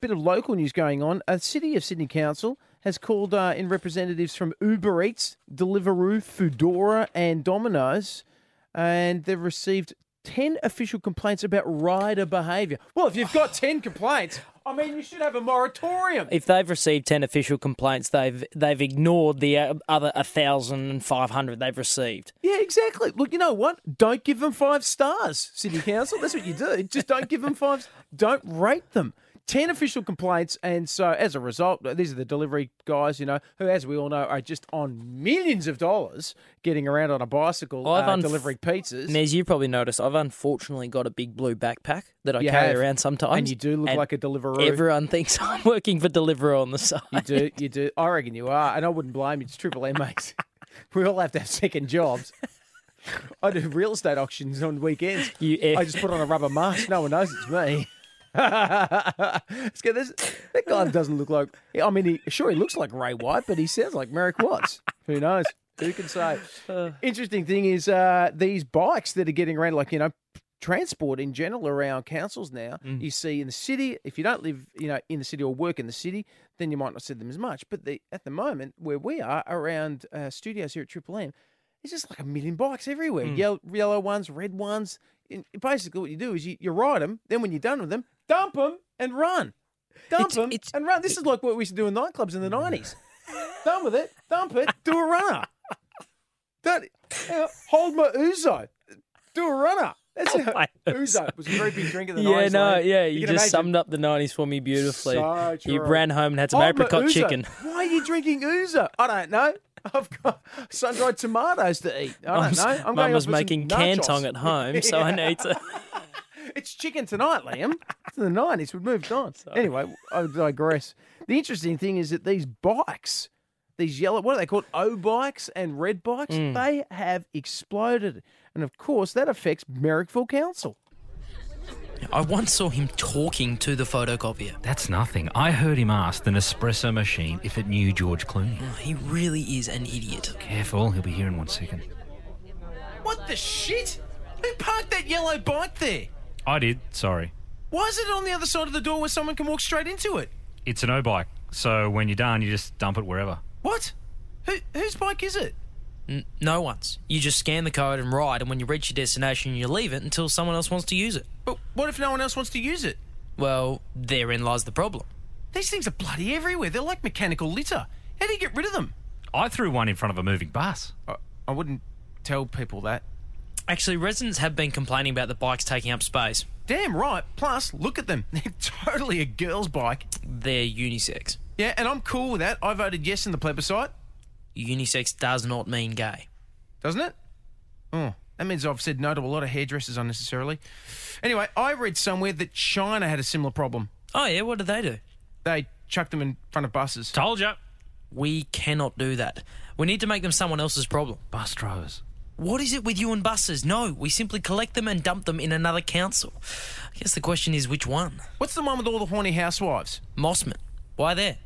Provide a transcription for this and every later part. bit of local news going on. A city of Sydney council has called uh, in representatives from Uber Eats, Deliveroo, Foodora, and Domino's, and they've received ten official complaints about rider behaviour. Well, if you've got ten complaints, I mean, you should have a moratorium. If they've received ten official complaints, they've they've ignored the uh, other thousand and five hundred they've received. Yeah, exactly. Look, you know what? Don't give them five stars, City Council. That's what you do. Just don't give them five. Don't rate them. Ten official complaints, and so as a result, these are the delivery guys, you know, who, as we all know, are just on millions of dollars getting around on a bicycle, I've uh, unf- delivering pizzas. Nez, you probably noticed I've unfortunately got a big blue backpack that I You carry have, around sometimes. and you do look like a deliverer. Everyone thinks I'm working for Deliveroo on the side. you do, you do. I reckon you are, and I wouldn't blame you. It's triple M, mate. we all have to have second jobs. I do real estate auctions on weekends. You, I just put on a rubber mask. No one knows it's me. Let's get this. That guy doesn't look like. I mean, he, sure, he looks like Ray White, but he sounds like Merrick Watts. Who knows? Who can say? Interesting thing is uh, these bikes that are getting around, like you know, transport in general around councils now. Mm. You see in the city, if you don't live, you know, in the city or work in the city, then you might not see them as much. But the, at the moment, where we are around uh, studios here at Triple M, it's just like a million bikes everywhere. Mm. Yellow, yellow ones, red ones. And basically, what you do is you, you ride them. Then when you're done with them, dump them and run. Dump It's- them it's- Mm. and run. This is like what we used to do in nightclubs in the nineties. done with it, dump it, do a runner. Don't, uh, hold my ouzo. Do a runner. That's it. my Ouzo was a very big drink in the yeah, nineties. no, Lane. yeah. You, can just imagine. summed up the '90s for me beautifully. So you true. ran home and had some Hold my apricot ouzo. chicken. Why are you drinking ouzo? I don't know. I've got sun-dried tomatoes to eat. I don't Mum's- know. I'm Mum going was out for some making nachos. cantong at home, so I need to. It's chicken tonight, Liam. It's in the nineties. We've moved on. Anyway, I digress. The interesting thing is that these bikes, these yellow, what are they called? O bikes and red bikes, Hmm. they have exploded, and of course that affects Merrickville Council. I once saw him talking to the photocopier. That's nothing. I heard him ask the Nespresso machine if it knew George Clooney. He really is an idiot. Careful, he'll be here in one second. What the shit? Who parked that yellow bike there? I did, sorry. Why is it on the other side of the door where someone can walk straight into it? It's an O bike, so when you're done, you just dump it wherever. What? Who, whose bike is it? No one's. You just scan the code and ride, and when you reach your destination, you leave it until someone else wants to use it. But what if no one else wants to use it? Well, therein lies the problem. These things are bloody everywhere. They're like mechanical litter. How do you get rid of them? I threw one in front of a moving bus. I, I wouldn't tell people that. Actually, residents have been complaining about the bikes taking up space. Damn right. Plus, look at them. They're totally a girl's bike. They're unisex. Yeah, and I'm cool with that. I voted yes in the plebiscite, Unisex does not mean gay. doesn't it? Oh, that means I've said no to a lot of hairdressers unnecessarily. Anyway, I read somewhere that China had a similar problem. Oh, yeah, what do they do? They chucked them in front of buses. Told ya. We cannot do that. We need to make them someone else's problem. Bus drivers. What is it with you and buses? No, we simply collect them and dump them in another council. I guess the question is which one? What's the one with all the horny housewives? Mossman. Why there?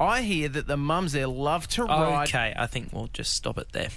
I hear that the mums there love to ride. Okay, I think we'll just stop it there.